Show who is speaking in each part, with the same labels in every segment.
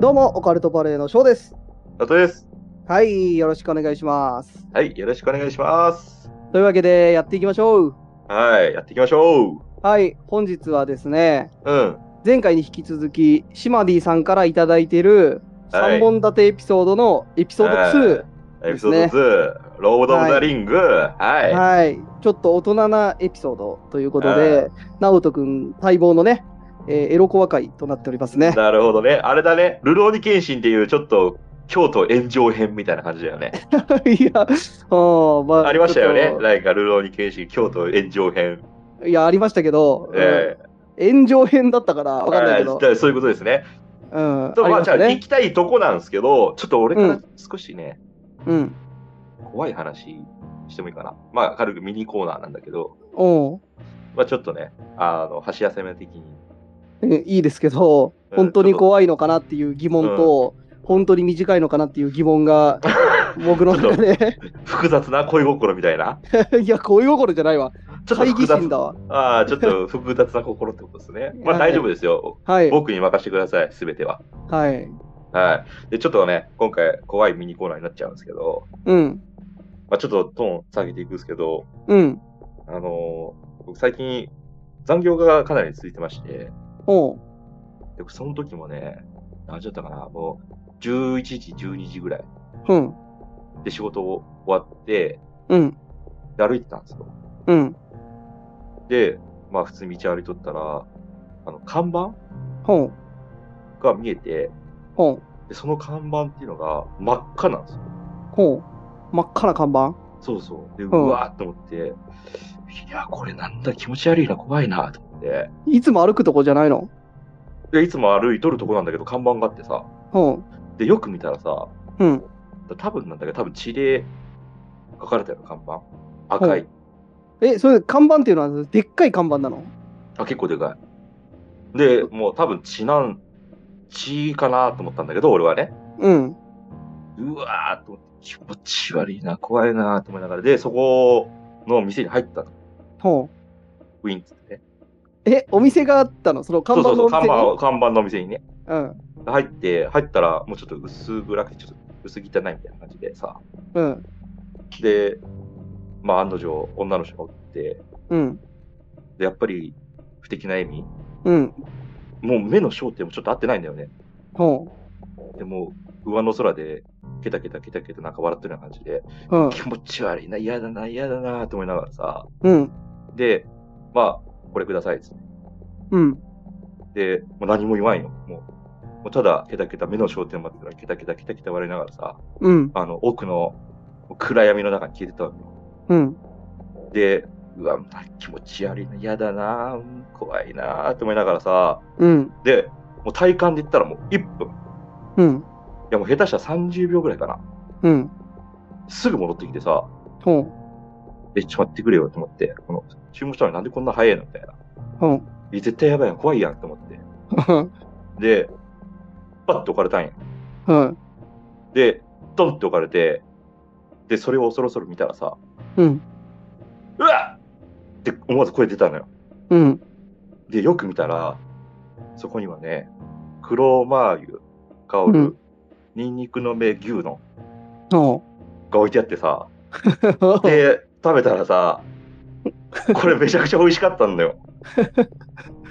Speaker 1: どうも、オカルトバレーの翔です。
Speaker 2: 佐藤です。
Speaker 1: はい、よろしくお願いします。
Speaker 2: はい、よろしくお願いします。
Speaker 1: というわけで、やっていきましょう。
Speaker 2: はい、やっていきましょう。
Speaker 1: はい、本日はですね、
Speaker 2: うん。
Speaker 1: 前回に引き続き、シマディさんからいただいている
Speaker 2: はい
Speaker 1: 3本立てエピソードのエピソード2。
Speaker 2: エピソード2、ロード・オブ・ザ・リング。はい。は
Speaker 1: はい、ちょっと大人なエピソードということで、ナオトくん待望のね、えーエロコア会となっておりますね。
Speaker 2: なるほどね。あれだね。ルローニケンシンっていうちょっと京都炎上編みたいな感じだよね。
Speaker 1: いや、うんま
Speaker 2: ありましたよ
Speaker 1: ち
Speaker 2: ね
Speaker 1: ょ。っ
Speaker 2: なんかルローニケンシン京都炎上編。
Speaker 1: といや、ありましたけど、
Speaker 2: え
Speaker 1: うん炎上編だったからわかんないけ
Speaker 2: は
Speaker 1: ど
Speaker 2: い。だそういうことですね。
Speaker 1: うん、
Speaker 2: と
Speaker 1: あり
Speaker 2: まあ
Speaker 1: まし
Speaker 2: じゃ
Speaker 1: た
Speaker 2: あ行
Speaker 1: ね。
Speaker 2: きたいとこなんですけど、ちょっと俺か
Speaker 1: う
Speaker 2: ら
Speaker 1: ん
Speaker 2: 少しね、
Speaker 1: うん。
Speaker 2: 怖い話してもいいかな。まあ軽くミニコーナーなんだけど、
Speaker 1: お
Speaker 2: まあちょっとね、あの箸休め的に。
Speaker 1: うん、いいですけど、
Speaker 2: うん
Speaker 1: 本当に怖いのかなっていう疑問と、本当に短いのかなっていう疑問 が、僕の中で、
Speaker 2: 複雑な恋心みたいな。
Speaker 1: いや、恋心じゃないわ、
Speaker 2: ちょっと
Speaker 1: 懐疑心
Speaker 2: 複雑
Speaker 1: だわ。
Speaker 2: ああ、ちょっと複雑な心ってことですね。まあ
Speaker 1: はい
Speaker 2: 大丈夫ですよ。
Speaker 1: はい、
Speaker 2: 僕に任せてください、すべては。
Speaker 1: はい。
Speaker 2: はい。で、ちょっとね、今回怖いミニコーナーになっちゃうんですけど、
Speaker 1: うん、
Speaker 2: まあちょっとトーン下げていくんですけど、
Speaker 1: うん、
Speaker 2: あのー僕最近残業がかなり続いてまして、
Speaker 1: おう
Speaker 2: でその時もね、何時だったかな、もう11時、12時ぐらい
Speaker 1: うん、
Speaker 2: で仕事終わって、
Speaker 1: うん、
Speaker 2: で歩いてたんですよ。
Speaker 1: うん、
Speaker 2: で、まあ普通に道歩いとったら、あの、看板
Speaker 1: ほう、
Speaker 2: が見えて、
Speaker 1: ほう、
Speaker 2: で、その看板っていうのが真っ赤なんですよ。
Speaker 1: ほう、真っ赤な看板
Speaker 2: そうそう。で、うんわーって思って、いや、これなんだ、気持ち悪いな、怖いな、と思って。
Speaker 1: いつも歩くとこじゃないの
Speaker 2: で、いつも歩いとるとこなんだけど、看板があってさ、
Speaker 1: ほ
Speaker 2: で、よく見たらさ、
Speaker 1: う、うん、
Speaker 2: 多分なんだけど、多分血で書かれたような看板。赤い。
Speaker 1: うえ、それ、看板っていうのは、でっかい看板なの
Speaker 2: あ、結構でかい。で、もう多分血なん、血かなと思ったんだけど、俺はね。
Speaker 1: うん、
Speaker 2: うわーと思って、気持ち悪いな、怖いな、と思いながら。で、そこの店に入ったの
Speaker 1: ほう。
Speaker 2: ウィンっつってね。
Speaker 1: え、お店があったのその看
Speaker 2: そう
Speaker 1: 板
Speaker 2: そ
Speaker 1: の
Speaker 2: うそ
Speaker 1: お
Speaker 2: う、
Speaker 1: 店
Speaker 2: 看
Speaker 1: に
Speaker 2: 板を、看板のお店にね。
Speaker 1: うん、
Speaker 2: 入って、入ったら、もうちょっと薄暗くて、ちょっと薄汚いみたいな感じでさ。
Speaker 1: うん、
Speaker 2: で、まあ、案の定、女の人がおって、
Speaker 1: うん、
Speaker 2: で、やっぱり、不敵な笑み。
Speaker 1: うん、
Speaker 2: もう目の焦点もちょっと合ってないんだよね。
Speaker 1: ほ
Speaker 2: でもう、上の空で、ケタケタケタケタなんか笑ってるような感じで、
Speaker 1: う、うん、
Speaker 2: 気持ち悪いな、嫌だな、嫌だな、と思いながらさ。
Speaker 1: うん、
Speaker 2: で、まあ、これくださいっつって。
Speaker 1: うん、
Speaker 2: で、もう何も言わんよ。もう、もうただ、ケタケタ、目の焦点もあってたら、ケタケタケタケタ笑いながらさ、
Speaker 1: うん、
Speaker 2: あの、奥の暗闇の中に消えてたわけよ。
Speaker 1: うん、
Speaker 2: で、うわ、気持ち悪いな、嫌だな、うん怖いなって思いながらさ、
Speaker 1: うん、
Speaker 2: で、もう体感で言ったらもう1分、い
Speaker 1: うん、
Speaker 2: やもう下手したら30秒ぐらいかな。
Speaker 1: うん、
Speaker 2: すぐ戻ってきてさ、
Speaker 1: ほう、
Speaker 2: え、ちょっと待ってくれよと思って、この注文したのになんでこんな早いのみたいな。
Speaker 1: ほう、
Speaker 2: え絶対やばいやん、怖いやんと思って。で、パッと置かれたんや。
Speaker 1: うん、
Speaker 2: で、ドンって置かれて、で、それをそろそろ見たらさ、
Speaker 1: うん、
Speaker 2: うわっって思わず声出たのよ。
Speaker 1: うん、
Speaker 2: で、よく見たら、そこにはね、黒マー油、香
Speaker 1: う
Speaker 2: る
Speaker 1: ん、
Speaker 2: ニンニクの芽、牛の
Speaker 1: ほ
Speaker 2: が置いてあってさ、
Speaker 1: う、
Speaker 2: で、食べたらさ、これめちゃくちゃ美味しかったん だよ。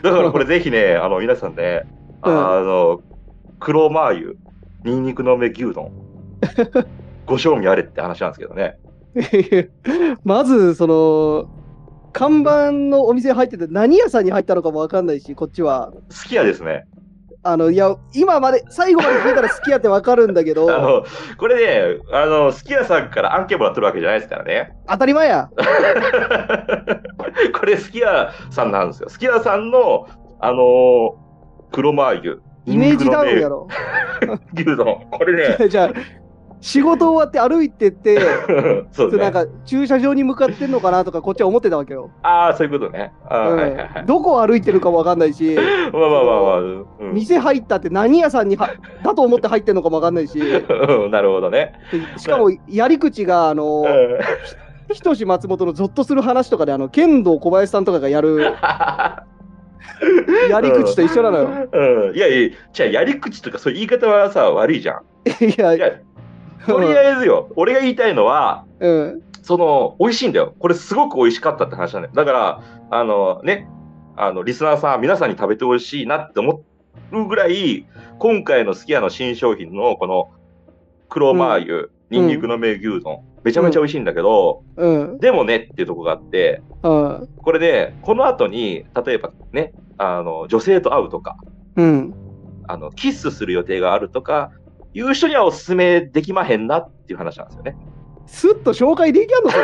Speaker 2: だからこれぜひね、あの、皆さんね、あ
Speaker 1: うん
Speaker 2: あの、黒マー油、ニンニクの芽、牛丼、ご賞味あれって話なんですけどね。
Speaker 1: まず、その、看板のお店入ってて、何屋さんに入ったのかもわかんないし、こっちは。
Speaker 2: 好きやですね。
Speaker 1: あの、いや、今まで、最後まで聞いたら好きやってわかるんだけ
Speaker 2: あ
Speaker 1: ど、
Speaker 2: の、これね、あの、好きやさんから案件もらってるわけじゃないですからね。
Speaker 1: 当たり前や。
Speaker 2: これ、すき家さんなんですよ。すき家さんの、あのー黒マー油。
Speaker 1: イメージダウンや
Speaker 2: ろ。
Speaker 1: ろ。
Speaker 2: 牛丼。これ ね、
Speaker 1: じゃあ、仕事終わって歩いてって、
Speaker 2: そうです
Speaker 1: な
Speaker 2: ね
Speaker 1: ん。か駐車場に向かってんのかなとか、こっちは思ってたわけよ。
Speaker 2: ああ、そういうことね。あー、
Speaker 1: うん
Speaker 2: はいはいはい。
Speaker 1: どこを歩いてるかもわかんないし。
Speaker 2: まあまあまあまあうん。
Speaker 1: 店入ったって何屋さんに はだと思って入ってるのかもわかんないし、で
Speaker 2: うん なるほどね。
Speaker 1: しかもやり口が、あの
Speaker 2: うん、
Speaker 1: ひとし松本のゾッとする話とかで、あの、剣道小林さんとかがやる、やり口と一緒なのよ。
Speaker 2: よ。うん。いやいや、じゃあやり口とかそういう言い方はさ、悪いじゃん。
Speaker 1: いや、
Speaker 2: いや、とりあえずよ、俺が言いたいのは、
Speaker 1: うん。
Speaker 2: その、美味しいんだよ。これすごく美味しかったって話なんだよ。だから、あのね、あの、リスナーさん、皆さんに食べてほしいなって思うぐらい、今回のすき家の新商品のこの、黒マー油、ニンニクの芽牛丼、めちゃめちゃ美味しいんだけど、
Speaker 1: うん。
Speaker 2: でもねっていうとこがあって、
Speaker 1: うん。
Speaker 2: これで、この後に、例えばね、あの、女性と会うとか、
Speaker 1: うん。
Speaker 2: あの、キスする予定があるとか、いう人にはおすすめできまへんなっていう話なんですよね。
Speaker 1: すっと紹介できやんのそれ。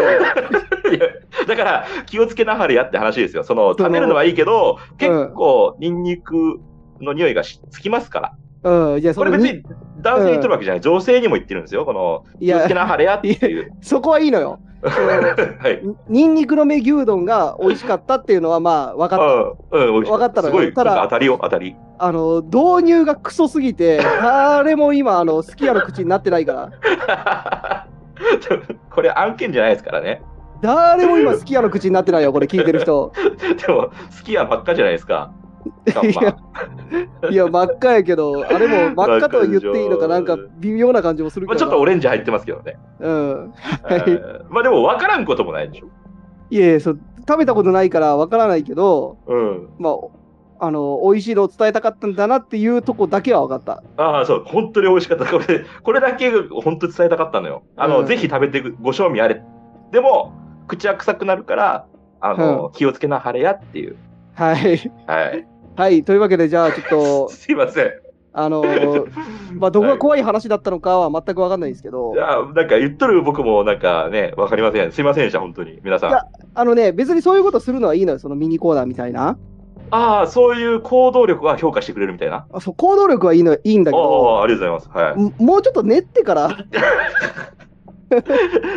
Speaker 2: いやだから気をつけなはれやって話ですよ。その食べるのはいいけど、結構ニンニクの匂いがしつきますから。
Speaker 1: うん。いや、そ
Speaker 2: これ
Speaker 1: の
Speaker 2: 別に男性に言ってるわけじゃない。女性にも言ってるんですよ。この
Speaker 1: い
Speaker 2: 気をつ
Speaker 1: や
Speaker 2: け、なはれやっていう。
Speaker 1: そこはいいの よ。
Speaker 2: はい。
Speaker 1: ニンニクの芽牛丼が美味しかったっていうのはまあ分かっ
Speaker 2: うん、うん、
Speaker 1: わかったの
Speaker 2: す
Speaker 1: よ
Speaker 2: ごい。
Speaker 1: ただ
Speaker 2: なん当たりよ、当たり。
Speaker 1: た。あの、導入がクソすぎて、誰も今、あの、すき家の口になってないから、
Speaker 2: これ案件じゃないですからね。
Speaker 1: 誰も今、すき家の口になってないよ、これ聞いてる 人。
Speaker 2: でも、好きやばっかじゃないですか。
Speaker 1: いやいや、真っ赤やけど、あれも真っ赤と言っていいのか、なんか微妙な感じもする
Speaker 2: ま
Speaker 1: け
Speaker 2: あ、ち
Speaker 1: ど
Speaker 2: ょっ
Speaker 1: な。
Speaker 2: とオレンジ入ってますけどね。
Speaker 1: うん。
Speaker 2: えーまあでも分からんこともないでしょ。
Speaker 1: いやいやそう、食べたことないからわからないけど、
Speaker 2: うん。
Speaker 1: まあ、あの、美味しいのを伝えたかったんだなっていうとこだけは分かった。
Speaker 2: ああ、そう、本当に美味しかった。これ、これだけ本当に伝えたかったのよ。あの、
Speaker 1: うん
Speaker 2: ぜひ食べてくご賞味あれ。でも、口は臭くなるから、あの、気をつけなはれやっていう。
Speaker 1: はい。
Speaker 2: はい。
Speaker 1: はい。というわけで、じゃあ、ちょっと、
Speaker 2: すいません。
Speaker 1: あの、まあ、どこが怖い話だったのかは全く分かんないんですけど、
Speaker 2: じゃあ、なんか言っとる僕もなんかね、わかりません。すいませんでした、本当に。皆さん。
Speaker 1: いやあのね、別にそういうことするのはいいのよ、そのミニコーナーみたいな。
Speaker 2: ああ、そういう行動力は評価してくれるみたいな。
Speaker 1: あそう行動力はいいのいいんだけど、
Speaker 2: ああ、ありがとうございます。はい。
Speaker 1: ももうちょっと練ってから、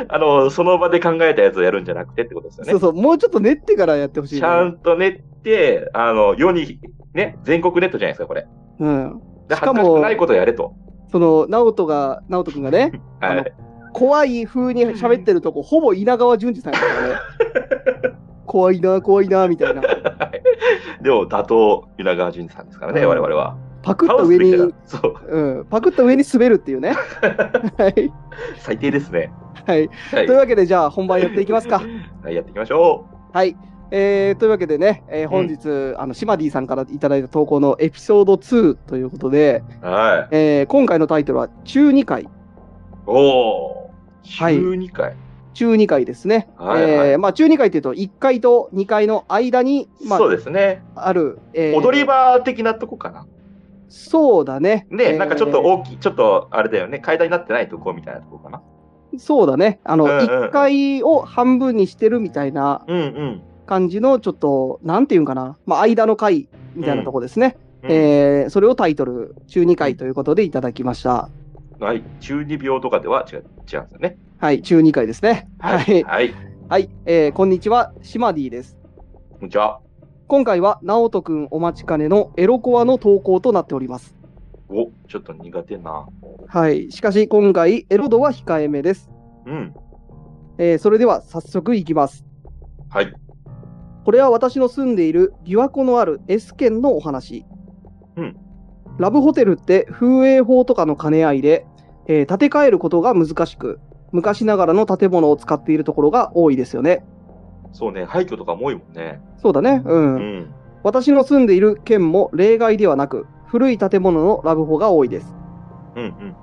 Speaker 2: あの、その場で考えたやつをやるんじゃなくてってことですよ
Speaker 1: そう
Speaker 2: ね。
Speaker 1: そう、もうちょっと練ってからやってほしい
Speaker 2: ち
Speaker 1: の
Speaker 2: ゃ
Speaker 1: よ。
Speaker 2: んと練って、あの、世に、ね、全国ネットじゃないですか、これ。
Speaker 1: うん。
Speaker 2: で
Speaker 1: しかも
Speaker 2: 恥ずかしくないことをやれと。
Speaker 1: その、直人が、直人くんが ね、
Speaker 2: は
Speaker 1: あ
Speaker 2: い。
Speaker 1: 怖い風に喋ってるとこ、ほぼ稲川淳二さんやからね。 怖いな、怖いな、みたいな。
Speaker 2: でも、打倒、稲川淳二さんですからね、
Speaker 1: うん
Speaker 2: 我々は。
Speaker 1: パクった
Speaker 2: 倒す
Speaker 1: 上
Speaker 2: べきだ
Speaker 1: に、
Speaker 2: そう、
Speaker 1: うん、パクった上に滑るっていう ね。はい。
Speaker 2: 最低ですね。
Speaker 1: はい。
Speaker 2: は
Speaker 1: と
Speaker 2: い
Speaker 1: いう。わけで、じゃあ本番やっていきますか。
Speaker 2: はい、やっていきましょ
Speaker 1: はい。えー、というわけでね、えー本日、あの、シマディさんからいただいた投稿のエピソード2ということで、
Speaker 2: う。は
Speaker 1: えー今回のタイトルは、中2回。
Speaker 2: い。おー。
Speaker 1: はい
Speaker 2: 12回。
Speaker 1: 中2回ですね。
Speaker 2: はいはい
Speaker 1: えーまあ、中2回っていうと、1回と2回の間に、まあ
Speaker 2: そ、うですね。
Speaker 1: ある、えー
Speaker 2: 踊り場的なとこかな。
Speaker 1: そうだね。
Speaker 2: ね、なんかちょっと
Speaker 1: えー
Speaker 2: 大きい、ちょっとあれだよね、階段になってないとこみたいなとこかな。
Speaker 1: そうだね。あの、
Speaker 2: うんうん
Speaker 1: 1階を半分にしてるみたいな
Speaker 2: うんうん。
Speaker 1: 感じの、ちょっと、なんていうんかな。まあ、間の階みたいなとこですね。
Speaker 2: うん
Speaker 1: えーそれをタイトル、中2回ということでいただきました。
Speaker 2: はい、中二病とかでは違う違うんですよね。
Speaker 1: はい、中2回ですね。はい。
Speaker 2: はい、
Speaker 1: はい、えーこんにちは、シマディです。
Speaker 2: こんにちは。
Speaker 1: 今回は、ナオトくんお待ちかねのエロコアの投稿となっております。
Speaker 2: お、ちょっと苦手な。
Speaker 1: はい。しかし、今回、エロ度は控えめです。
Speaker 2: うん、
Speaker 1: えーそれでは、早速いきます。
Speaker 2: はい。
Speaker 1: これは私の住んでいる琵琶湖のある S 県のお話。
Speaker 2: うん
Speaker 1: ラブホテルって風営法とかの兼ね合いで、えー建て替えることが難しく、昔ながらの建物を使っているところが多いですよね。
Speaker 2: そうね、廃墟とかも多いもんね。
Speaker 1: そうだね。うん。
Speaker 2: うん。
Speaker 1: 私の住んでいる県も例外ではなく、古い建物のラブホが多いです。
Speaker 2: うんうん。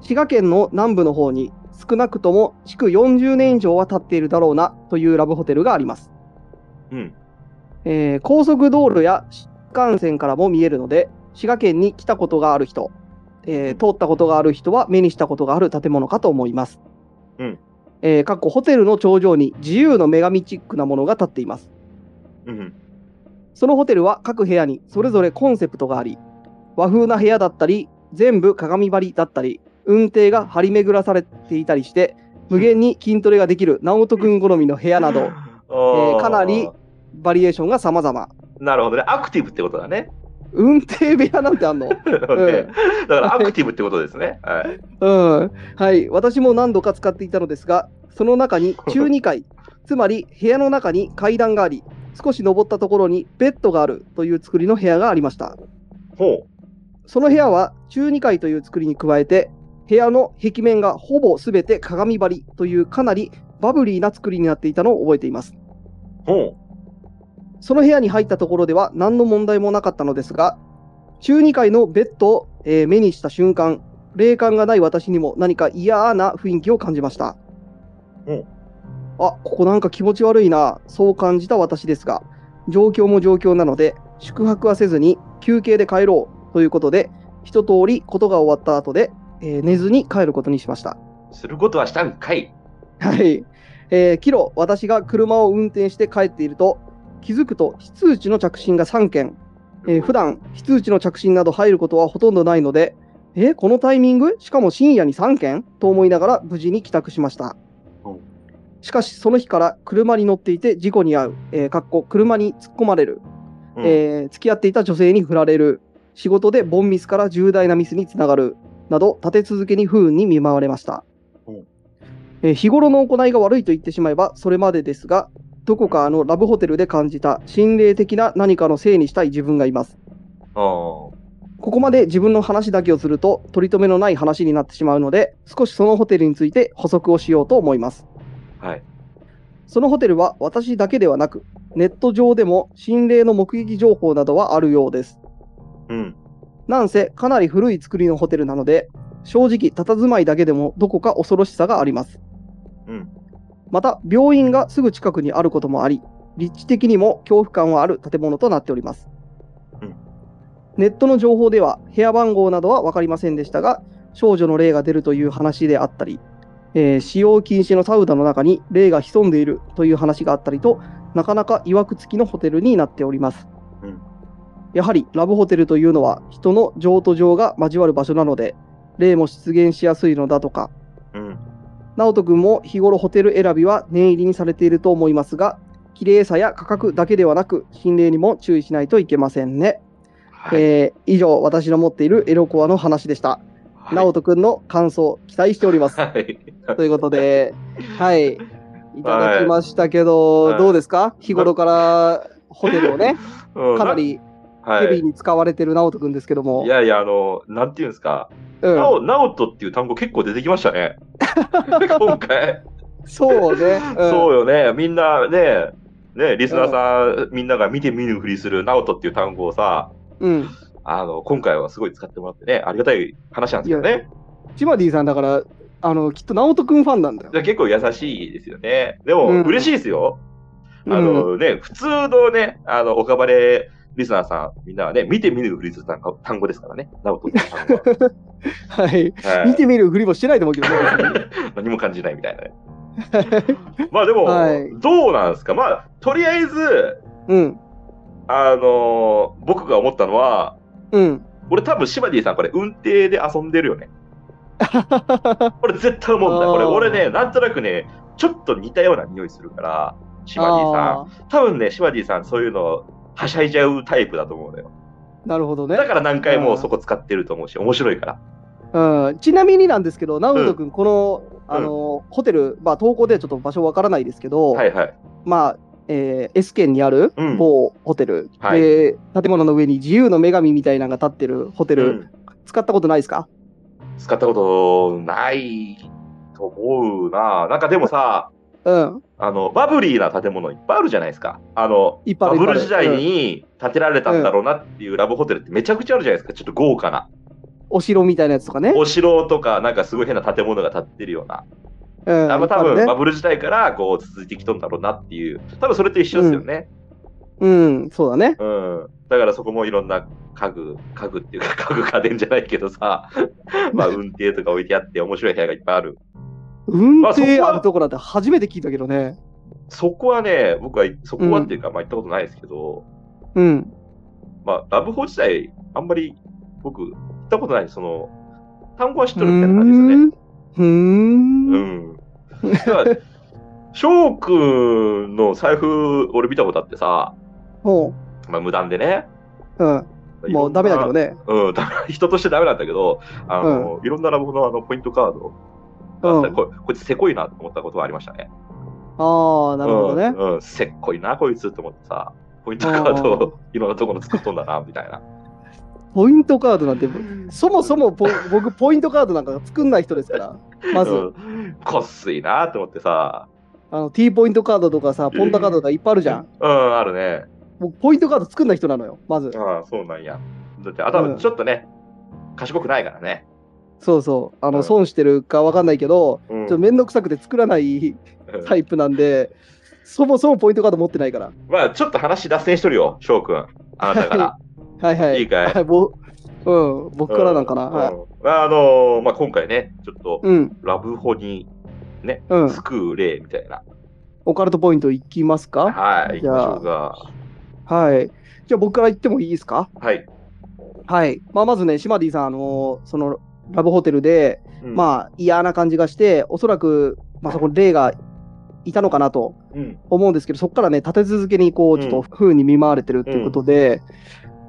Speaker 1: 滋賀県の南部の方に、少なくとも築40年以上は経っているだろうなというラブホテルがあります。
Speaker 2: うん。
Speaker 1: えー高速道路や新幹線からも見えるので、滋賀県に来たことがある人、えー通ったことがある人は目にしたことがある建物かと思います。
Speaker 2: うん
Speaker 1: えーかっこホテルの頂上に自由の女神チックなものが立っています。
Speaker 2: うん。
Speaker 1: そのホテルは各部屋にそれぞれコンセプトがあり、和風な部屋だったり、全部鏡張りだったり、運転が張り巡らされていたりして、無限に筋トレができる直人君好みの部屋など、
Speaker 2: あ
Speaker 1: えーかなり。バリエーションが様々。
Speaker 2: なるほどね。アクティブってことだね。
Speaker 1: 運転部屋なんてあんの
Speaker 2: なるほどねだからアクティブってことですね。はい。
Speaker 1: うん。はい。私も何度か使っていたのですが、その中に中2階、つまり部屋の中に階段があり、少し登ったところにベッドがあるという作りの部屋がありました。
Speaker 2: ほ
Speaker 1: その部屋は中2階という作りに加えて、部屋の壁面がほぼすべて鏡張りというかなりバブリーな作りになっていたのを覚えています。
Speaker 2: う、ほ
Speaker 1: その部屋に入ったところでは何の問題もなかったのですが、中2階のベッドを、えー目にした瞬間、霊感がない私にも何か嫌な雰囲気を感じました。
Speaker 2: うん
Speaker 1: あ、ここなんか気持ち悪いな、そう感じた私ですが、状況も状況なので、宿泊はせずに休憩で帰ろうということで、一通りことが終わった後で、えー寝ずに帰ることにしました。
Speaker 2: う。することはしたんかい。
Speaker 1: はい。えー、キロ、私が車を運転して帰っていると、気づくと、非通知の着信が3件。えー普段、非通知の着信など入ることはほとんどないので、えーこのタイミングしかも深夜に3件と思いながら無事に帰宅しました
Speaker 2: うん。
Speaker 1: しかし、その日から車に乗っていて事故に遭う、えーかっこ車に突っ込まれる、
Speaker 2: うん
Speaker 1: えー付き合っていた女性に振られる、仕事でボンミスから重大なミスにつながる、など立て続けに不運に見舞われました、
Speaker 2: うん
Speaker 1: えー日頃の行いが悪いと言ってしまえばそれまでですがどこかあのラブホテルで感じた心霊的な何かのせいにしたい自分がいます
Speaker 2: あー
Speaker 1: ここまで自分の話だけをすると取り留めのない話になってしまうので少しそのホテルについて補足をしようと思います
Speaker 2: はい。
Speaker 1: そのホテルは私だけではなくネット上でも心霊の目撃情報などはあるようです
Speaker 2: うん。
Speaker 1: なんせかなり古い作りのホテルなので正直佇まいだけでもどこか恐ろしさがあります
Speaker 2: うん。
Speaker 1: また病院がすぐ近くにあることもあり立地的にも恐怖感はある建物となっております、
Speaker 2: うん
Speaker 1: ネットの情報では部屋番号などは分かりませんでしたが少女の霊が出るという話であったり、えー使用禁止のサウナの中に霊が潜んでいるという話があったりとなかなか曰く付きのホテルになっております、
Speaker 2: うん
Speaker 1: やはりラブホテルというのは人の情と情が交わる場所なので霊も出現しやすいのだとか
Speaker 2: うん。
Speaker 1: 直人君も日頃ホテル選びは念入りにされていると思いますが、綺麗さや価格だけではなく、心霊にも注意しないといけませんね。
Speaker 2: はい。
Speaker 1: えー以上、私の持っているエロコアの話でした。
Speaker 2: はい
Speaker 1: 直人君の感想、期待しております。
Speaker 2: はい。
Speaker 1: ということで、はい、いただきましたけど、
Speaker 2: はい
Speaker 1: どうですか日頃からホテルをね、
Speaker 2: う ん
Speaker 1: かな、り
Speaker 2: は
Speaker 1: ヘビ
Speaker 2: い
Speaker 1: ー。に使われてる直人君ですけども
Speaker 2: い、やいや、あの、なんていうんですか。
Speaker 1: うん
Speaker 2: なお、なおとっていう単語結構出てきまし たね。今回。
Speaker 1: そうね。うん
Speaker 2: そうよね。みんなね、ね、リスナーさん、みんなが見て見ぬふりするナオトっていう単語をさ、
Speaker 1: うん。
Speaker 2: あの、今回はすごい使ってもらってね、ありがたい話なんですけどね。
Speaker 1: ジマディさんだから、あの、きっと直人君ファンなんだよ
Speaker 2: じ。ゃあ結構優しいですよね。で
Speaker 1: う
Speaker 2: も、
Speaker 1: ん
Speaker 2: 嬉しいですよ。あ
Speaker 1: うん
Speaker 2: のね、普通のね、あの、オカバレリスナーさん、みんなはね、見て見ぬふりする単語単語ですからね。ナオトっていう単語は。
Speaker 1: はい。
Speaker 2: はい
Speaker 1: 見てみるふりもしてないと思うけどね。
Speaker 2: 何も感じないみたいなね。 まあでも、
Speaker 1: はい
Speaker 2: どうなんですかまあ、とりあえず、
Speaker 1: うん。
Speaker 2: あのー僕が思ったのは、
Speaker 1: うん。
Speaker 2: 俺多分シバディさんこれ運転で遊んで るよね。俺絶対思うんだ。
Speaker 1: あー
Speaker 2: これ俺ね、なんとなくね、ちょっと似たような匂いするから、シバディさ
Speaker 1: あー
Speaker 2: ん。多分ね、シバディさんそういうのはしゃいじゃうタイプだと思うのよ。
Speaker 1: なるほどね
Speaker 2: だ。から何回もそこ使ってると思うし、面白いから。
Speaker 1: うん、ちなみになんですけど、直人君、この、
Speaker 2: うん
Speaker 1: あの、ホテル、まあ、投稿ではちょっと場所わからないですけど、
Speaker 2: はいはい。
Speaker 1: まあ、えー S 県にある
Speaker 2: うん
Speaker 1: 某ホテル、
Speaker 2: はい
Speaker 1: で、建物の上に自由の女神みたいなのが立ってるホテル、
Speaker 2: うん
Speaker 1: 使ったことないですか
Speaker 2: 使ったことないと思うな。なんかでもさ、
Speaker 1: うん。
Speaker 2: あの、バブリーな建物いっぱいあるじゃないですか。あの、
Speaker 1: いっぱいあ
Speaker 2: バ
Speaker 1: る
Speaker 2: ブル
Speaker 1: いっ
Speaker 2: 時
Speaker 1: ぱいあ
Speaker 2: 代
Speaker 1: る
Speaker 2: に建てられたんだろうなっていうラブホテルってめちゃくちゃあるじゃないですか。ちょっと豪華な。
Speaker 1: お城みたいなやつとかね。
Speaker 2: お城とか、なんかすごい変な建物が建ってるような。
Speaker 1: うん、
Speaker 2: あん
Speaker 1: い
Speaker 2: ま多
Speaker 1: っぱい
Speaker 2: 分
Speaker 1: あるね
Speaker 2: バブル時代からこう続いてきとんだろうなっていう。多分それと一緒ですよね。
Speaker 1: うん、そうだね。
Speaker 2: うん。だからそこもいろんな家具、家具っていうか 家具家電じゃないけど さ、まあ運転とか置いてあって面白い部屋がいっぱいある。
Speaker 1: 運
Speaker 2: まあそこは
Speaker 1: 転あるとこなんて初めて聞いたけどね。
Speaker 2: そこはね、僕は、そこはっていうか、まあ行ったことないですけど、
Speaker 1: うん。
Speaker 2: まあ、ラブホ自体、あんまり僕、行ったことない、その、単語は知っとるみたいな感じですよね。
Speaker 1: うーん。うー。
Speaker 2: うんん。だから、翔くんの財布、俺見たことあってさ、
Speaker 1: ほ
Speaker 2: まあ、無断でね。
Speaker 1: う。うん。
Speaker 2: い
Speaker 1: も
Speaker 2: ろ
Speaker 1: う
Speaker 2: ん
Speaker 1: ダ
Speaker 2: な
Speaker 1: メだけど。ね。
Speaker 2: うん、ダメ人としてダメなんだけど、あの、いろんなラブホのあの、ポイントカード、
Speaker 1: うん
Speaker 2: あここいつせこいなと思ったことはありましたね。
Speaker 1: ああ、なるほどね。
Speaker 2: うん、うん、せっこいな、こいつと思ってさ、ポイントカードをいろんなところに作っとんだな、みたいな。
Speaker 1: ポイントカードなんて、そもそ もポ僕、ポイントカードなんか作んない人ですから、まず、
Speaker 2: うん、こっすいなと思ってさ、
Speaker 1: あの T ポイントカードとかさ、ポンタカードとかいっぱいあるじゃん。
Speaker 2: うん、あるね。
Speaker 1: 僕、ポイントカード作んない人なのよ、まず。
Speaker 2: ああ、そうなんや。だって、あとはちょっとね、賢くないからね。
Speaker 1: そうそう、あ
Speaker 2: う
Speaker 1: の
Speaker 2: ん
Speaker 1: 損してるかわかんないけど、
Speaker 2: う
Speaker 1: ちょ
Speaker 2: ん
Speaker 1: っと面倒くさくて作らないタイプなんで、そもそもポイントカード持ってないから。
Speaker 2: まあ、ちょっと話脱線しとるよ、翔くん。あなたから。
Speaker 1: はいはい。
Speaker 2: いいかい
Speaker 1: はい、ぼうん、僕からなんかな。
Speaker 2: うん
Speaker 1: はい
Speaker 2: うんあのーまあ、今回ね、ちょっと、
Speaker 1: うん、
Speaker 2: ラブホに
Speaker 1: うん。
Speaker 2: 救う例みたいな。
Speaker 1: オカルトポイントいきますか
Speaker 2: はい、行き
Speaker 1: じゃ
Speaker 2: ま
Speaker 1: あ
Speaker 2: しょうか。
Speaker 1: はい。じゃあ僕から言ってもいいですか
Speaker 2: はい。
Speaker 1: はい。まあ、まずね、シマディさん、あのーその、ラブホテルで、
Speaker 2: あ、
Speaker 1: まあ、嫌な感じがして、おそらく、まあ、そこに霊がいたのかなと
Speaker 2: うん、
Speaker 1: 思うんですけど、そこからね、立て続けに、こ
Speaker 2: う
Speaker 1: う、
Speaker 2: ん
Speaker 1: ちょっと不運に見舞われてるっていうことで、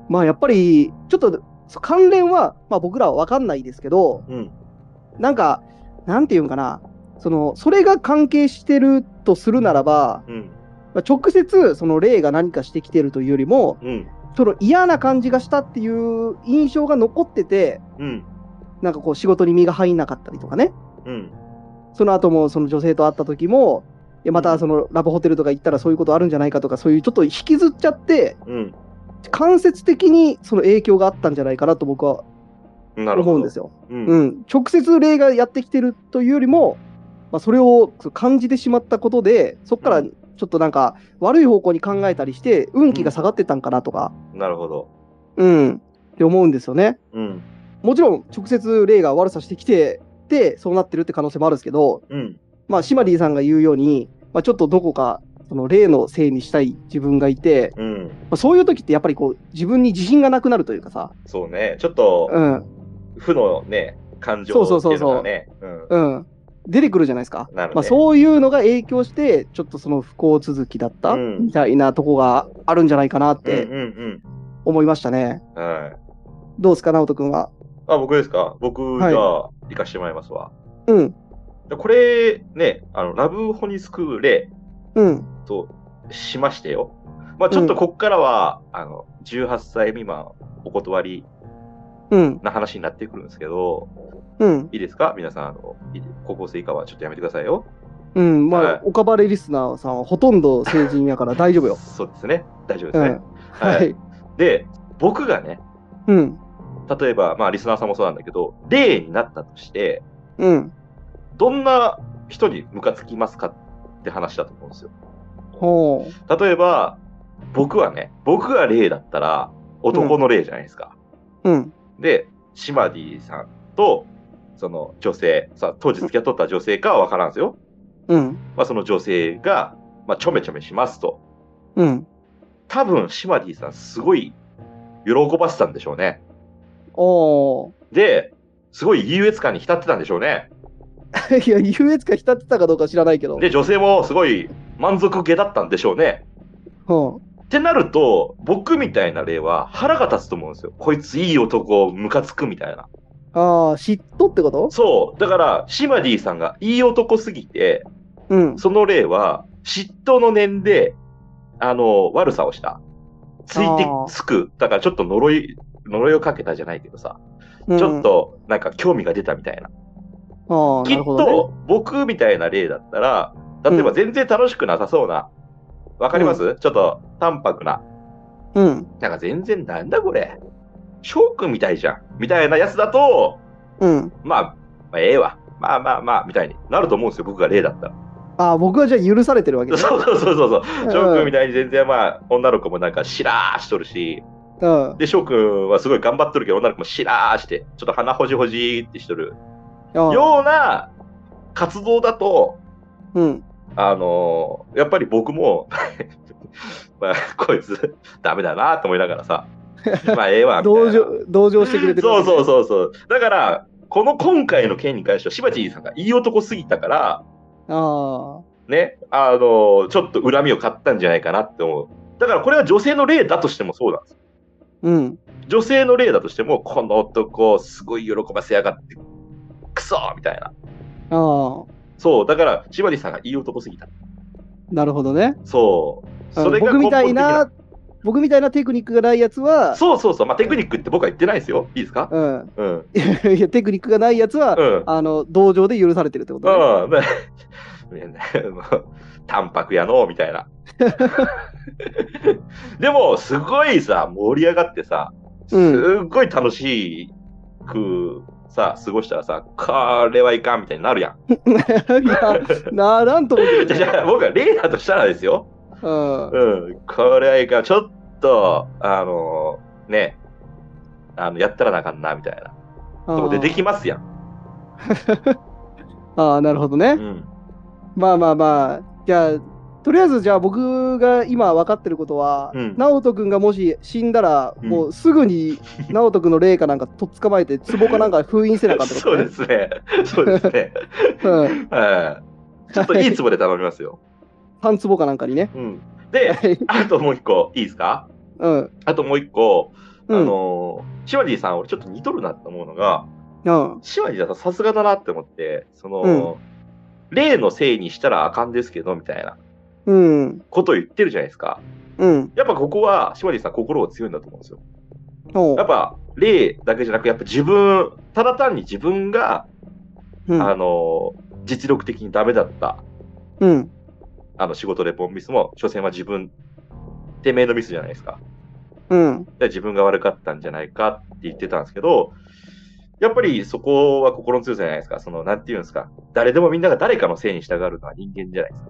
Speaker 1: まあ、やっぱり、ちょっと、そう関連は、まあ、僕らは分かんないですけど、
Speaker 2: うん、
Speaker 1: なんか、なんていうんかな、その、それが関係してるとするならば、
Speaker 2: うん、
Speaker 1: まあ直接、その霊が何かしてきてるというよりも、
Speaker 2: うん、
Speaker 1: その嫌な感じがしたっていう印象が残ってて、
Speaker 2: うん、
Speaker 1: なんかこう仕事に身が入んなかったりとかね。
Speaker 2: うん、
Speaker 1: その後もその女性と会った時も、いやまたそのラブホテルとか行ったらそういうことあるんじゃないかとか、そういうちょっと引きずっちゃって、
Speaker 2: うん。
Speaker 1: 間接的にその影響があったんじゃないかなと僕は
Speaker 2: なるほど。
Speaker 1: 思うんですよ。
Speaker 2: うん
Speaker 1: う。ん。直接霊がやってきてるというよりも、まあ、それを感じてしまったことで、そこからちょっとなんか悪い方向に考えたりして、運気が下がってたんかなとか、
Speaker 2: なるほど。
Speaker 1: うん、って思うんですよね。
Speaker 2: うん、
Speaker 1: もちろん直接霊が悪さしてきてでそうなってるって可能性もあるんですけど、
Speaker 2: うん、
Speaker 1: まあ、シマリーさんが言うように、まあ、ちょっとどこかその霊のせいにしたい自分がいて、
Speaker 2: うん。
Speaker 1: まあ、そういう時ってやっぱりこう自分に自信がなくなるというかさ、
Speaker 2: そうね。ちょっと、
Speaker 1: うん
Speaker 2: 負のね、感情
Speaker 1: そう
Speaker 2: って
Speaker 1: そ
Speaker 2: いう
Speaker 1: そうそ
Speaker 2: う
Speaker 1: う
Speaker 2: のがね。うん
Speaker 1: うん、出てくるじゃないですか。
Speaker 2: なるね
Speaker 1: まあ、そういうのが影響してちょっとその不幸続きだった
Speaker 2: うん
Speaker 1: みたいなとこがあるんじゃないかなっ
Speaker 2: う
Speaker 1: て
Speaker 2: んうん
Speaker 1: 思いましたね。
Speaker 2: うん。はい。
Speaker 1: どうですか直人君は。
Speaker 2: あ、僕ですか僕、じゃ
Speaker 1: はい
Speaker 2: あ、行かしてもらいますわ。
Speaker 1: うん
Speaker 2: でこれ、ね、あの、ラブホニスクーレ
Speaker 1: うん
Speaker 2: としましてよ。まあちょっとこっからは、あの、18歳未満お断り
Speaker 1: うん
Speaker 2: な話になってくるんですけど、
Speaker 1: うん
Speaker 2: いいですか皆さん、あの、い高校生以下はちょっとやめてくださいよ。
Speaker 1: うんま
Speaker 2: はい
Speaker 1: あ岡バレリスナーさんはほとんど成人やから大丈夫よ。
Speaker 2: そうですね。大丈夫で
Speaker 1: う
Speaker 2: すね。
Speaker 1: んはい。
Speaker 2: で、僕がね、
Speaker 1: うん。
Speaker 2: 例えば、まあリスナーさんもそうなんだけど、例になったとして、
Speaker 1: うん。
Speaker 2: どんな人にムカつきますかって話だと思うんですよ。
Speaker 1: ほう。
Speaker 2: 例えば、僕はね、僕が例だったら、男の例じゃないですか。
Speaker 1: うん。
Speaker 2: で、シマディさんと、その女性、さ当時付き合っとった女性かは分からんすよ。
Speaker 1: うん。
Speaker 2: まあ、その女性が、まあ、ちょめちょめしますと。
Speaker 1: うん。
Speaker 2: 多分、シマディさん、すごい喜ばせたんでしょうね。
Speaker 1: おー
Speaker 2: で、すごい優越感に浸ってたんでしょうね。
Speaker 1: いや、優越感浸ってたかどうか知らないけど。
Speaker 2: で、女性もすごい満足げだったんでしょうね。
Speaker 1: ほ
Speaker 2: ってなると、僕みたいな例は腹が立つと思うんですよ。こいついい男、ムカつくみたいな。
Speaker 1: う。ああ、嫉妬ってこと
Speaker 2: そう。だから、シマディさんがいい男すぎて、
Speaker 1: うん。
Speaker 2: その例は、嫉妬の念で、あの、悪さをした。ついてつく。だからちょっと呪い、呪いをかけたじゃないけどさ、
Speaker 1: うん
Speaker 2: ちょっ。となんか興味が出たみたいな。
Speaker 1: ああ、
Speaker 2: き
Speaker 1: な
Speaker 2: っ
Speaker 1: るほどね。
Speaker 2: と僕みたいな例だったら、例えば全然楽しくなさそうな、わかります、ちょっと淡白な、
Speaker 1: うん。
Speaker 2: なんか全然なんだこれ、翔くんみたいじゃん、みたいなやつだと、
Speaker 1: うん。
Speaker 2: まあ、まあ、ええわ、まあまあまあ、みたいになると思うんですよ、僕が例だったら。
Speaker 1: ああ、僕はじゃあ許されてるわけね
Speaker 2: そうそうそうそうそう。
Speaker 1: うん
Speaker 2: 翔くんみたいに全然まあ、女の子もなんかしらーしとるし、
Speaker 1: うん。
Speaker 2: で、翔くんはすごい頑張っとるけど、女の子もしらーして、ちょっと鼻ほじほじってしとる
Speaker 1: ああ
Speaker 2: ような活動だと、
Speaker 1: うん。
Speaker 2: あのーやっぱり僕も、 まあ、こいつ、ダメだなと思いながら さ、まあ、ええわ、みたい
Speaker 1: 同
Speaker 2: な。
Speaker 1: 情、同情してくれてる
Speaker 2: そ
Speaker 1: わ
Speaker 2: う
Speaker 1: けね。
Speaker 2: そうそうそう。だから、この今回の件に関しては、柴地さんがいい男すぎたから、
Speaker 1: あ
Speaker 2: ね、あのーちょっと恨みを買ったんじゃないかなって思う。だから、これは女性の例だとしてもそうなんですよ。
Speaker 1: あ。うん。
Speaker 2: 女性の例だとしても、この男、すごい喜ばせやがって、クソみたいな。
Speaker 1: ああ。
Speaker 2: そう、だから、柴地さんがいい男すぎた。
Speaker 1: なるほどね。
Speaker 2: そう。
Speaker 1: あ
Speaker 2: そ
Speaker 1: の
Speaker 2: れが
Speaker 1: 僕みたい
Speaker 2: 根本
Speaker 1: な、僕みたいなテクニックがないやつ
Speaker 2: 的な。
Speaker 1: は、
Speaker 2: そうそうそう。まあ、テクニックって僕は言ってないですよ。いいですか
Speaker 1: うん、
Speaker 2: うん。
Speaker 1: いやテクニックがないやつは、
Speaker 2: うん。
Speaker 1: あの同情で許されてるってこと、ね
Speaker 2: うん。いやねもう淡白やのうみた いな。でも、すごいさ、盛り上がってさ、す
Speaker 1: うん
Speaker 2: っごい楽しくさ、過ごしたらさ、これはいかんみたいになるやん。
Speaker 1: いや、ならんと思うけど
Speaker 2: じ
Speaker 1: ね、
Speaker 2: ゃあ、僕は例だとしたらですよ。
Speaker 1: うん
Speaker 2: うん、これはいかん。ちょっと、あのね、あの、やったらなあかんな、みたいな。
Speaker 1: あ
Speaker 2: とこ
Speaker 1: ー
Speaker 2: 出てきますやん。
Speaker 1: あーなるほど
Speaker 2: う
Speaker 1: ね。
Speaker 2: ん。
Speaker 1: まあまあまあ、じゃあ、とりあえずじゃあ僕が今分かってることは、
Speaker 2: うん
Speaker 1: 直人君がもし死んだら、
Speaker 2: うん
Speaker 1: もうすぐに直人君の霊かなんかとっ捕まえて、壺かなんか封印せなあかったってこ
Speaker 2: そ
Speaker 1: と
Speaker 2: うで
Speaker 1: ね。
Speaker 2: すね。そうですね。
Speaker 1: うん
Speaker 2: はい。ちょっといいツボで頼みますよ。
Speaker 1: 半壺かなんかにね。
Speaker 2: うん。で、
Speaker 1: はい
Speaker 2: あともう一個、いいですか
Speaker 1: うん。
Speaker 2: あともう一個、あ
Speaker 1: うん。
Speaker 2: のー、シワジーさん、俺ちょっと似とるなって思うのが、
Speaker 1: うん
Speaker 2: シワジーさんさすがだなって思って、その、
Speaker 1: うん
Speaker 2: 例のせいにしたらあかんですけど、みたいな
Speaker 1: うん。
Speaker 2: ことを言ってるじゃないですか。
Speaker 1: うん。
Speaker 2: やっぱここは、シワジーさん心が強いんだと思うんですよ。
Speaker 1: おう
Speaker 2: やっぱ、例だけじゃなく、やっぱ自分、ただ単に自分が、
Speaker 1: うん
Speaker 2: あのー、実力的にダメだった、
Speaker 1: うん。
Speaker 2: あの、仕事でポンミスも、所詮は自分、てめえのミスじゃないですか。
Speaker 1: うん。
Speaker 2: で自分が悪かったんじゃないかって言ってたんですけど、やっぱりそこは心の強さじゃないですか。その、なんていうんですか。誰でもみんなが誰かのせいに従うのは人間じゃないですか。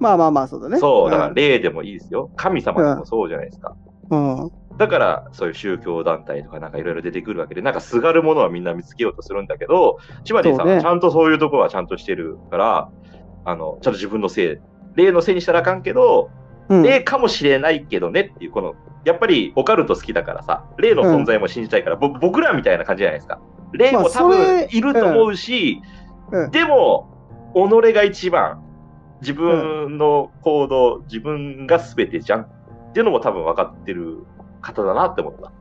Speaker 1: まあまあまあ、そうだね。
Speaker 2: そう、だから霊でもいいですよ。神様でもそうじゃないですか。
Speaker 1: うん。うん。
Speaker 2: だから、そういう宗教団体とかなんかいろいろ出てくるわけで、なんかすがるものはみんな見つけようとするんだけど、千葉さん
Speaker 1: そう
Speaker 2: は
Speaker 1: ね
Speaker 2: ちゃんとそういうとこはちゃんとしてるから、あの、ちゃんと自分のせい、霊のせいにしたらあかんけど、
Speaker 1: うん
Speaker 2: 例かもしれないけどねっていう、この、やっぱりオカルト好きだからさ、例の存在も信じたいから、ぼ僕らみたいな感じじゃないですか。例
Speaker 1: ま
Speaker 2: も
Speaker 1: あ
Speaker 2: 多
Speaker 1: それ
Speaker 2: 分いると思うし、
Speaker 1: うんうん
Speaker 2: でも、己が一番、自分の行動、自分が全てじゃんっていうのも多分分かってる方だなって思った。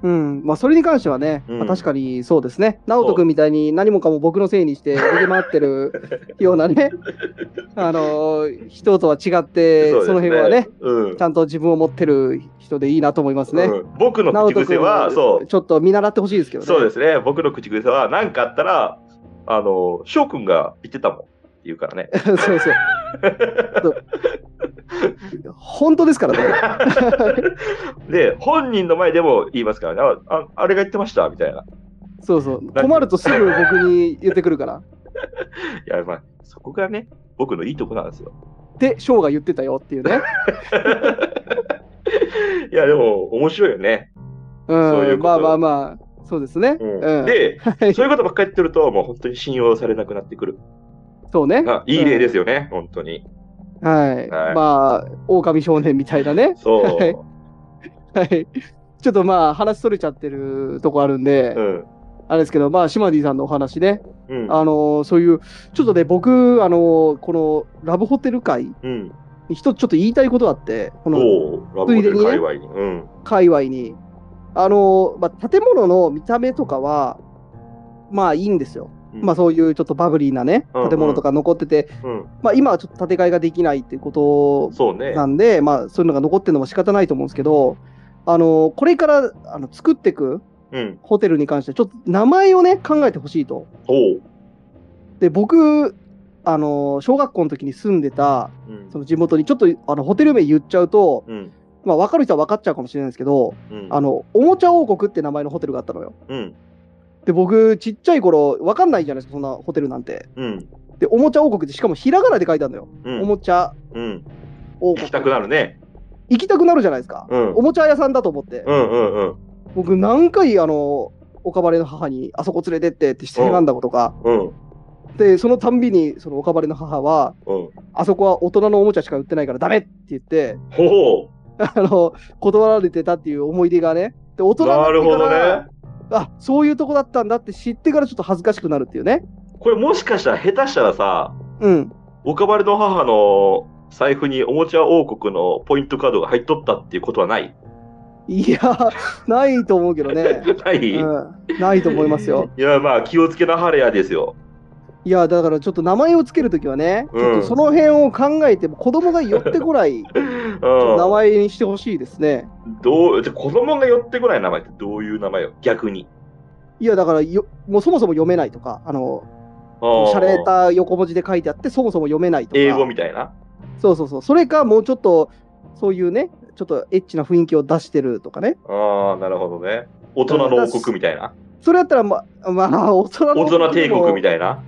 Speaker 1: うん、まあそれに関してはね、
Speaker 2: うん
Speaker 1: まあ確かにそうですね、直人君みたいに何もかも僕のせいにして逃げ回ってるような ね、あのー人とは違って、そ,、
Speaker 2: うです
Speaker 1: の辺はね、、
Speaker 2: うん
Speaker 1: ちゃんと自分を持ってる人でいいなと思いますね。
Speaker 2: うん僕の
Speaker 1: 直
Speaker 2: 口
Speaker 1: 人
Speaker 2: 癖
Speaker 1: 君
Speaker 2: は、そう、
Speaker 1: ちょっと見習ってほしいですけどね。
Speaker 2: そうですね。僕の口癖は、何かあったら、あの、翔くんが言ってたもんって言うからね。
Speaker 1: す。そうそうそう本当ですからね。
Speaker 2: で、本人の前でも言いますからね、あああれが言ってましたみたいな。い
Speaker 1: そうそう。困るとすぐ僕に言ってくるから。
Speaker 2: や、まあ、そこがね、僕のいいとこなんですよ。
Speaker 1: で、翔が言ってたよっていうね。
Speaker 2: いや、でも、面白いよね。
Speaker 1: うん、
Speaker 2: そういうこと
Speaker 1: まあまあまあ、そうですね。
Speaker 2: うん
Speaker 1: うん
Speaker 2: で、
Speaker 1: はい
Speaker 2: そういうことばっかり言ってると、もう本当に信用されなくなってくる。
Speaker 1: そうね。
Speaker 2: あいい例ですよね、本当に。
Speaker 1: はい。
Speaker 2: はい
Speaker 1: まあ、狼少年みたいなね。
Speaker 2: そ。
Speaker 1: はいうはい。ちょっとまあ、話それちゃってるとこあるんで、
Speaker 2: うん。
Speaker 1: あれですけど、まあ、シマディさんのお話ね。
Speaker 2: うん。
Speaker 1: あのーそういう、ちょっとね、僕、あのーこの、ラブホテル界
Speaker 2: うん。
Speaker 1: に一つちょっと言いたいことがあって、この
Speaker 2: そう、ラブホテル界隈に。うん。
Speaker 1: 界隈に。あのーまあ、建物の見た目とかは、まあいいんですよ。
Speaker 2: うん
Speaker 1: まあそういうちょっとバブリーなね、
Speaker 2: うんうん
Speaker 1: 建物とか残ってて、
Speaker 2: うん。
Speaker 1: まあ今はちょっと建て替えができないっていうこと
Speaker 2: そうね。
Speaker 1: なんで、まあ、そういうのが残ってるのも仕方ないと思うんですけど、あのこれからあの作っていく
Speaker 2: うん。
Speaker 1: ホテルに関して、ちょっと名前をね、考えてほしいと。
Speaker 2: そう。
Speaker 1: で、僕、あの小学校の時に住んでた、
Speaker 2: うん
Speaker 1: その地元に、ちょっとあのホテル名言っちゃうと、
Speaker 2: うん。
Speaker 1: まあ、分かる人は分かっちゃうかもしれないですけど、
Speaker 2: うん。
Speaker 1: あの、おもちゃ王国って名前のホテルがあったのよ。
Speaker 2: うん。
Speaker 1: で、僕、ちっちゃい頃、分かんないじゃないですか、そんなホテルなんて。
Speaker 2: うん。
Speaker 1: で、おもちゃ王国って、しかもひらがなで書いてあるのよ。
Speaker 2: うん
Speaker 1: おもちゃ
Speaker 2: うん。
Speaker 1: 王
Speaker 2: 行
Speaker 1: 国。
Speaker 2: きたくなるね。
Speaker 1: 行きたくなるじゃないですか。
Speaker 2: うん
Speaker 1: お。もちゃ屋さんだと思って。
Speaker 2: うんうんうん。
Speaker 1: 僕何回あの岡晴の母にあそこ連れてってってしてがんだことか、
Speaker 2: うん。
Speaker 1: でそのたんびにその岡晴の母は
Speaker 2: うん。
Speaker 1: あそこは大人のおもちゃしか売ってないからダメって言って
Speaker 2: ほ
Speaker 1: あの断られてたっていう思い出がねで大
Speaker 2: う。
Speaker 1: 人になっ
Speaker 2: な
Speaker 1: て
Speaker 2: るほど
Speaker 1: か
Speaker 2: ね
Speaker 1: ら。あそういうとこだったんだって知ってからちょっと恥ずかしくなるっていうね
Speaker 2: これもしかしたら下手したらさ、
Speaker 1: うん
Speaker 2: 岡晴の母の財布におもちゃ王国のポイントカードが入っとったっていうことはない
Speaker 1: いや ないと思うけどね、
Speaker 2: ない、
Speaker 1: うん、ないと思いますよ
Speaker 2: いや、まあ気をつけなはれやですよ。
Speaker 1: いやだからちょっと名前をつけるときはね、
Speaker 2: うん
Speaker 1: ちょっとその辺を考えても子供が寄ってこないちょっと名前にしてほしいですね。
Speaker 2: どう、じゃあ子供が寄ってこない名前ってどういう名前よ逆に。
Speaker 1: いやだからよもうそもそも読めないとか、あの
Speaker 2: あー
Speaker 1: しゃれた横文字で書いてあってそもそも読めないとか。
Speaker 2: 英語みたいな。
Speaker 1: そうそうそう。それかもうちょっとそういうね、ちょっとエッチな雰囲気を出してるとかね。
Speaker 2: ああ、なるほどね。大人の王国みたいな。
Speaker 1: それだったらままあ大人の
Speaker 2: 大人帝国み
Speaker 1: いな。
Speaker 2: たいな。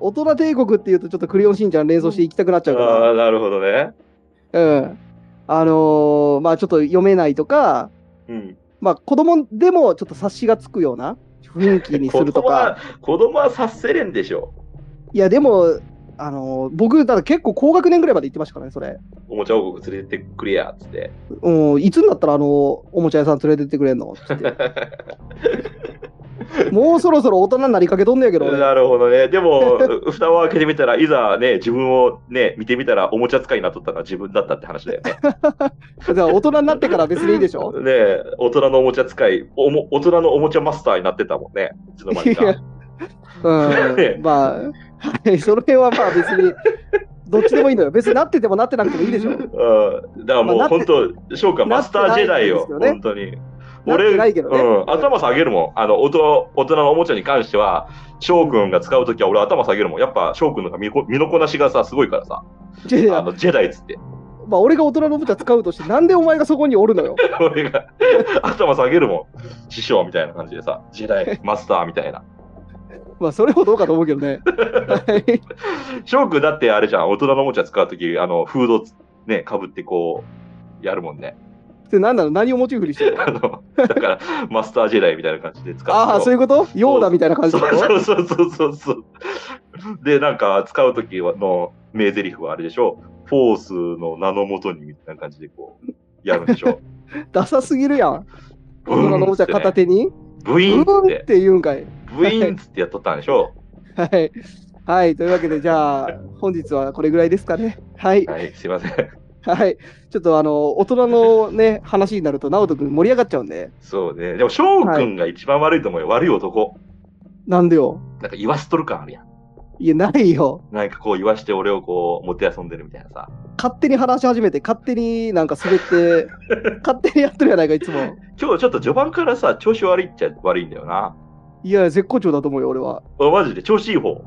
Speaker 1: 大人帝国っていうとちょっとクレヨンしんちゃん連想して行きたくなっち
Speaker 2: あ
Speaker 1: ゃうから。
Speaker 2: あー、なるほどね。
Speaker 1: うん。あのーまあちょっと読めないとか、
Speaker 2: うん。
Speaker 1: まあ子供でもちょっと察しがつくような雰囲気にす
Speaker 2: 子
Speaker 1: ると
Speaker 2: 供は
Speaker 1: か。、
Speaker 2: 子供は察せれんでしょ。
Speaker 1: いやでも、あのー僕、だから結構高学年ぐらいまで行ってましたからね、それ。
Speaker 2: おもちゃ王国連れてくれや、つって。
Speaker 1: うん、いつになったらあのーおもちゃ屋さん連れてってくれんのつって。もうそろそろ大人になりかけとんねやけど、ね、
Speaker 2: なるほどね。でも、 蓋を開けてみたら、いざね、自分をね、見てみたら、おもちゃ使いになっとったのは自分だったって話だよね。
Speaker 1: だから大人になってから別にいいでし ょ
Speaker 2: ねえ大人のおもちゃ使いおも、大人のおもちゃマスターになってたもんね。いつの間 に
Speaker 1: い
Speaker 2: か
Speaker 1: や。 うん、まあ、はい、その辺はまあ別に、どっちでもいいのよ。別になっててもなってなくてもいいでしょ。
Speaker 2: うん、だからもう
Speaker 1: まあなっ
Speaker 2: 本
Speaker 1: て
Speaker 2: 当、翔かマスタージェダイよ、
Speaker 1: なってない
Speaker 2: 本当に。
Speaker 1: なってないけどね
Speaker 2: うん、頭下げるもん。あの、大人、大人のおもちゃに関しては、翔くんが使うときは俺頭下げるもん。やっぱ翔くんの方が身こ身のこなしがさ、すごいからさ、
Speaker 1: いやい
Speaker 2: あ
Speaker 1: や
Speaker 2: の、ジェダイっつって、
Speaker 1: まあ、俺が大人のおもちゃ使うとして、なんでお前がそこにおるのよ。
Speaker 2: 俺が 頭下げるもん。師匠みたいな感じでさ、ジェダイ、マスターみたいな。
Speaker 1: まあ、それもどうかと思うけどね。はい
Speaker 2: 翔くんだってあれじゃん、大人のおもちゃ使うとき、あの、フードつね、かぶってこう、やるもんね。
Speaker 1: で、なんなの何をモチーフにしてるの
Speaker 2: あの、だから、マスタージェダイみたいな感じで使って。
Speaker 1: ああ、そういうことヨーダみたいな感じ
Speaker 2: そ
Speaker 1: だろ
Speaker 2: うそうそうそうそう。で、なんか、使うときの名台詞はあれでしょフォースの名のもとにみたいな感じでこう、やるん でしょ
Speaker 1: ダサすぎるやん。
Speaker 2: ブ
Speaker 1: 大人のお
Speaker 2: ーン
Speaker 1: も
Speaker 2: っ
Speaker 1: ち
Speaker 2: つ
Speaker 1: ゃ
Speaker 2: って、
Speaker 1: 片
Speaker 2: ね、
Speaker 1: 手に。
Speaker 2: ブイ
Speaker 1: う
Speaker 2: ーンっつっ、
Speaker 1: んってて言うんかい。
Speaker 2: ブイーンっつってやっとったんでしょ
Speaker 1: はい。はい。というわけで、じゃあ、本日はこれぐらいですかね。はい。
Speaker 2: はい、すいません。
Speaker 1: はい。ちょっと、あの、大人のね、話になると、直人君盛り上がっちゃうんで。
Speaker 2: そうね。でも、翔くんが一番悪いと思うよ。悪い男。
Speaker 1: なんでよ。
Speaker 2: なんか言わしとる感あるやん。
Speaker 1: いや、ないよ。
Speaker 2: なんかこう言わして俺をこう、もてあそんでるみたいなさ。
Speaker 1: 勝手に話し始めて、勝手になんか滑って、勝手にやってるやないか、いつも。
Speaker 2: 今日ちょっと序盤からさ、調子悪いっちゃ悪いんだよな。
Speaker 1: いや、絶好調だと思うよ、俺は。
Speaker 2: あマジで、調子いい方。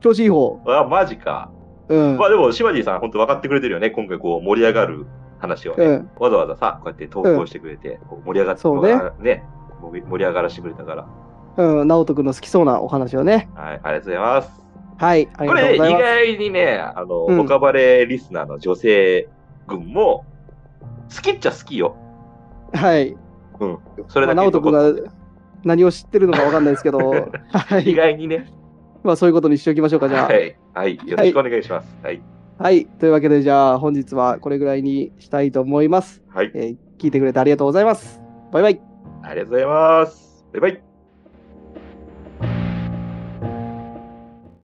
Speaker 1: 調子いい方。
Speaker 2: あ、マジか。
Speaker 1: うん。
Speaker 2: まあでも、シマディさん、本当分かってくれてるよね。今回、こう、盛り上がる話をね、
Speaker 1: うん、
Speaker 2: わざわざさ、こうやって投稿してくれて、こう盛り上がって、
Speaker 1: そうね
Speaker 2: あね盛り盛り上がらせてくれたから。
Speaker 1: うん、直人君の好きそうなお話をね。
Speaker 2: はい、ありがとうございます。
Speaker 1: はい、あり
Speaker 2: こ
Speaker 1: がとう
Speaker 2: れ、
Speaker 1: ご
Speaker 2: ね、
Speaker 1: ざいます。
Speaker 2: 意外にね、あの、
Speaker 1: うん
Speaker 2: オカバレリスナーの女性群も、好きっちゃ好きよ。
Speaker 1: はい。
Speaker 2: うん。それだけ
Speaker 1: まあ、直人君
Speaker 2: 残って
Speaker 1: が何を知ってるのかわかんないですけど、は
Speaker 2: 意
Speaker 1: い。
Speaker 2: 外にね。
Speaker 1: まあ、そういうことにしておきましょうか、じゃあ。
Speaker 2: は
Speaker 1: はい、
Speaker 2: い。はい。よろしくお願いします。はい。
Speaker 1: というわけで、じゃあ、本日はこれぐらいにしたいと思います。
Speaker 2: はい。
Speaker 1: えー聞いてくれてありがとうございます。バイバイ。
Speaker 2: ありがとうございます。バイバイ。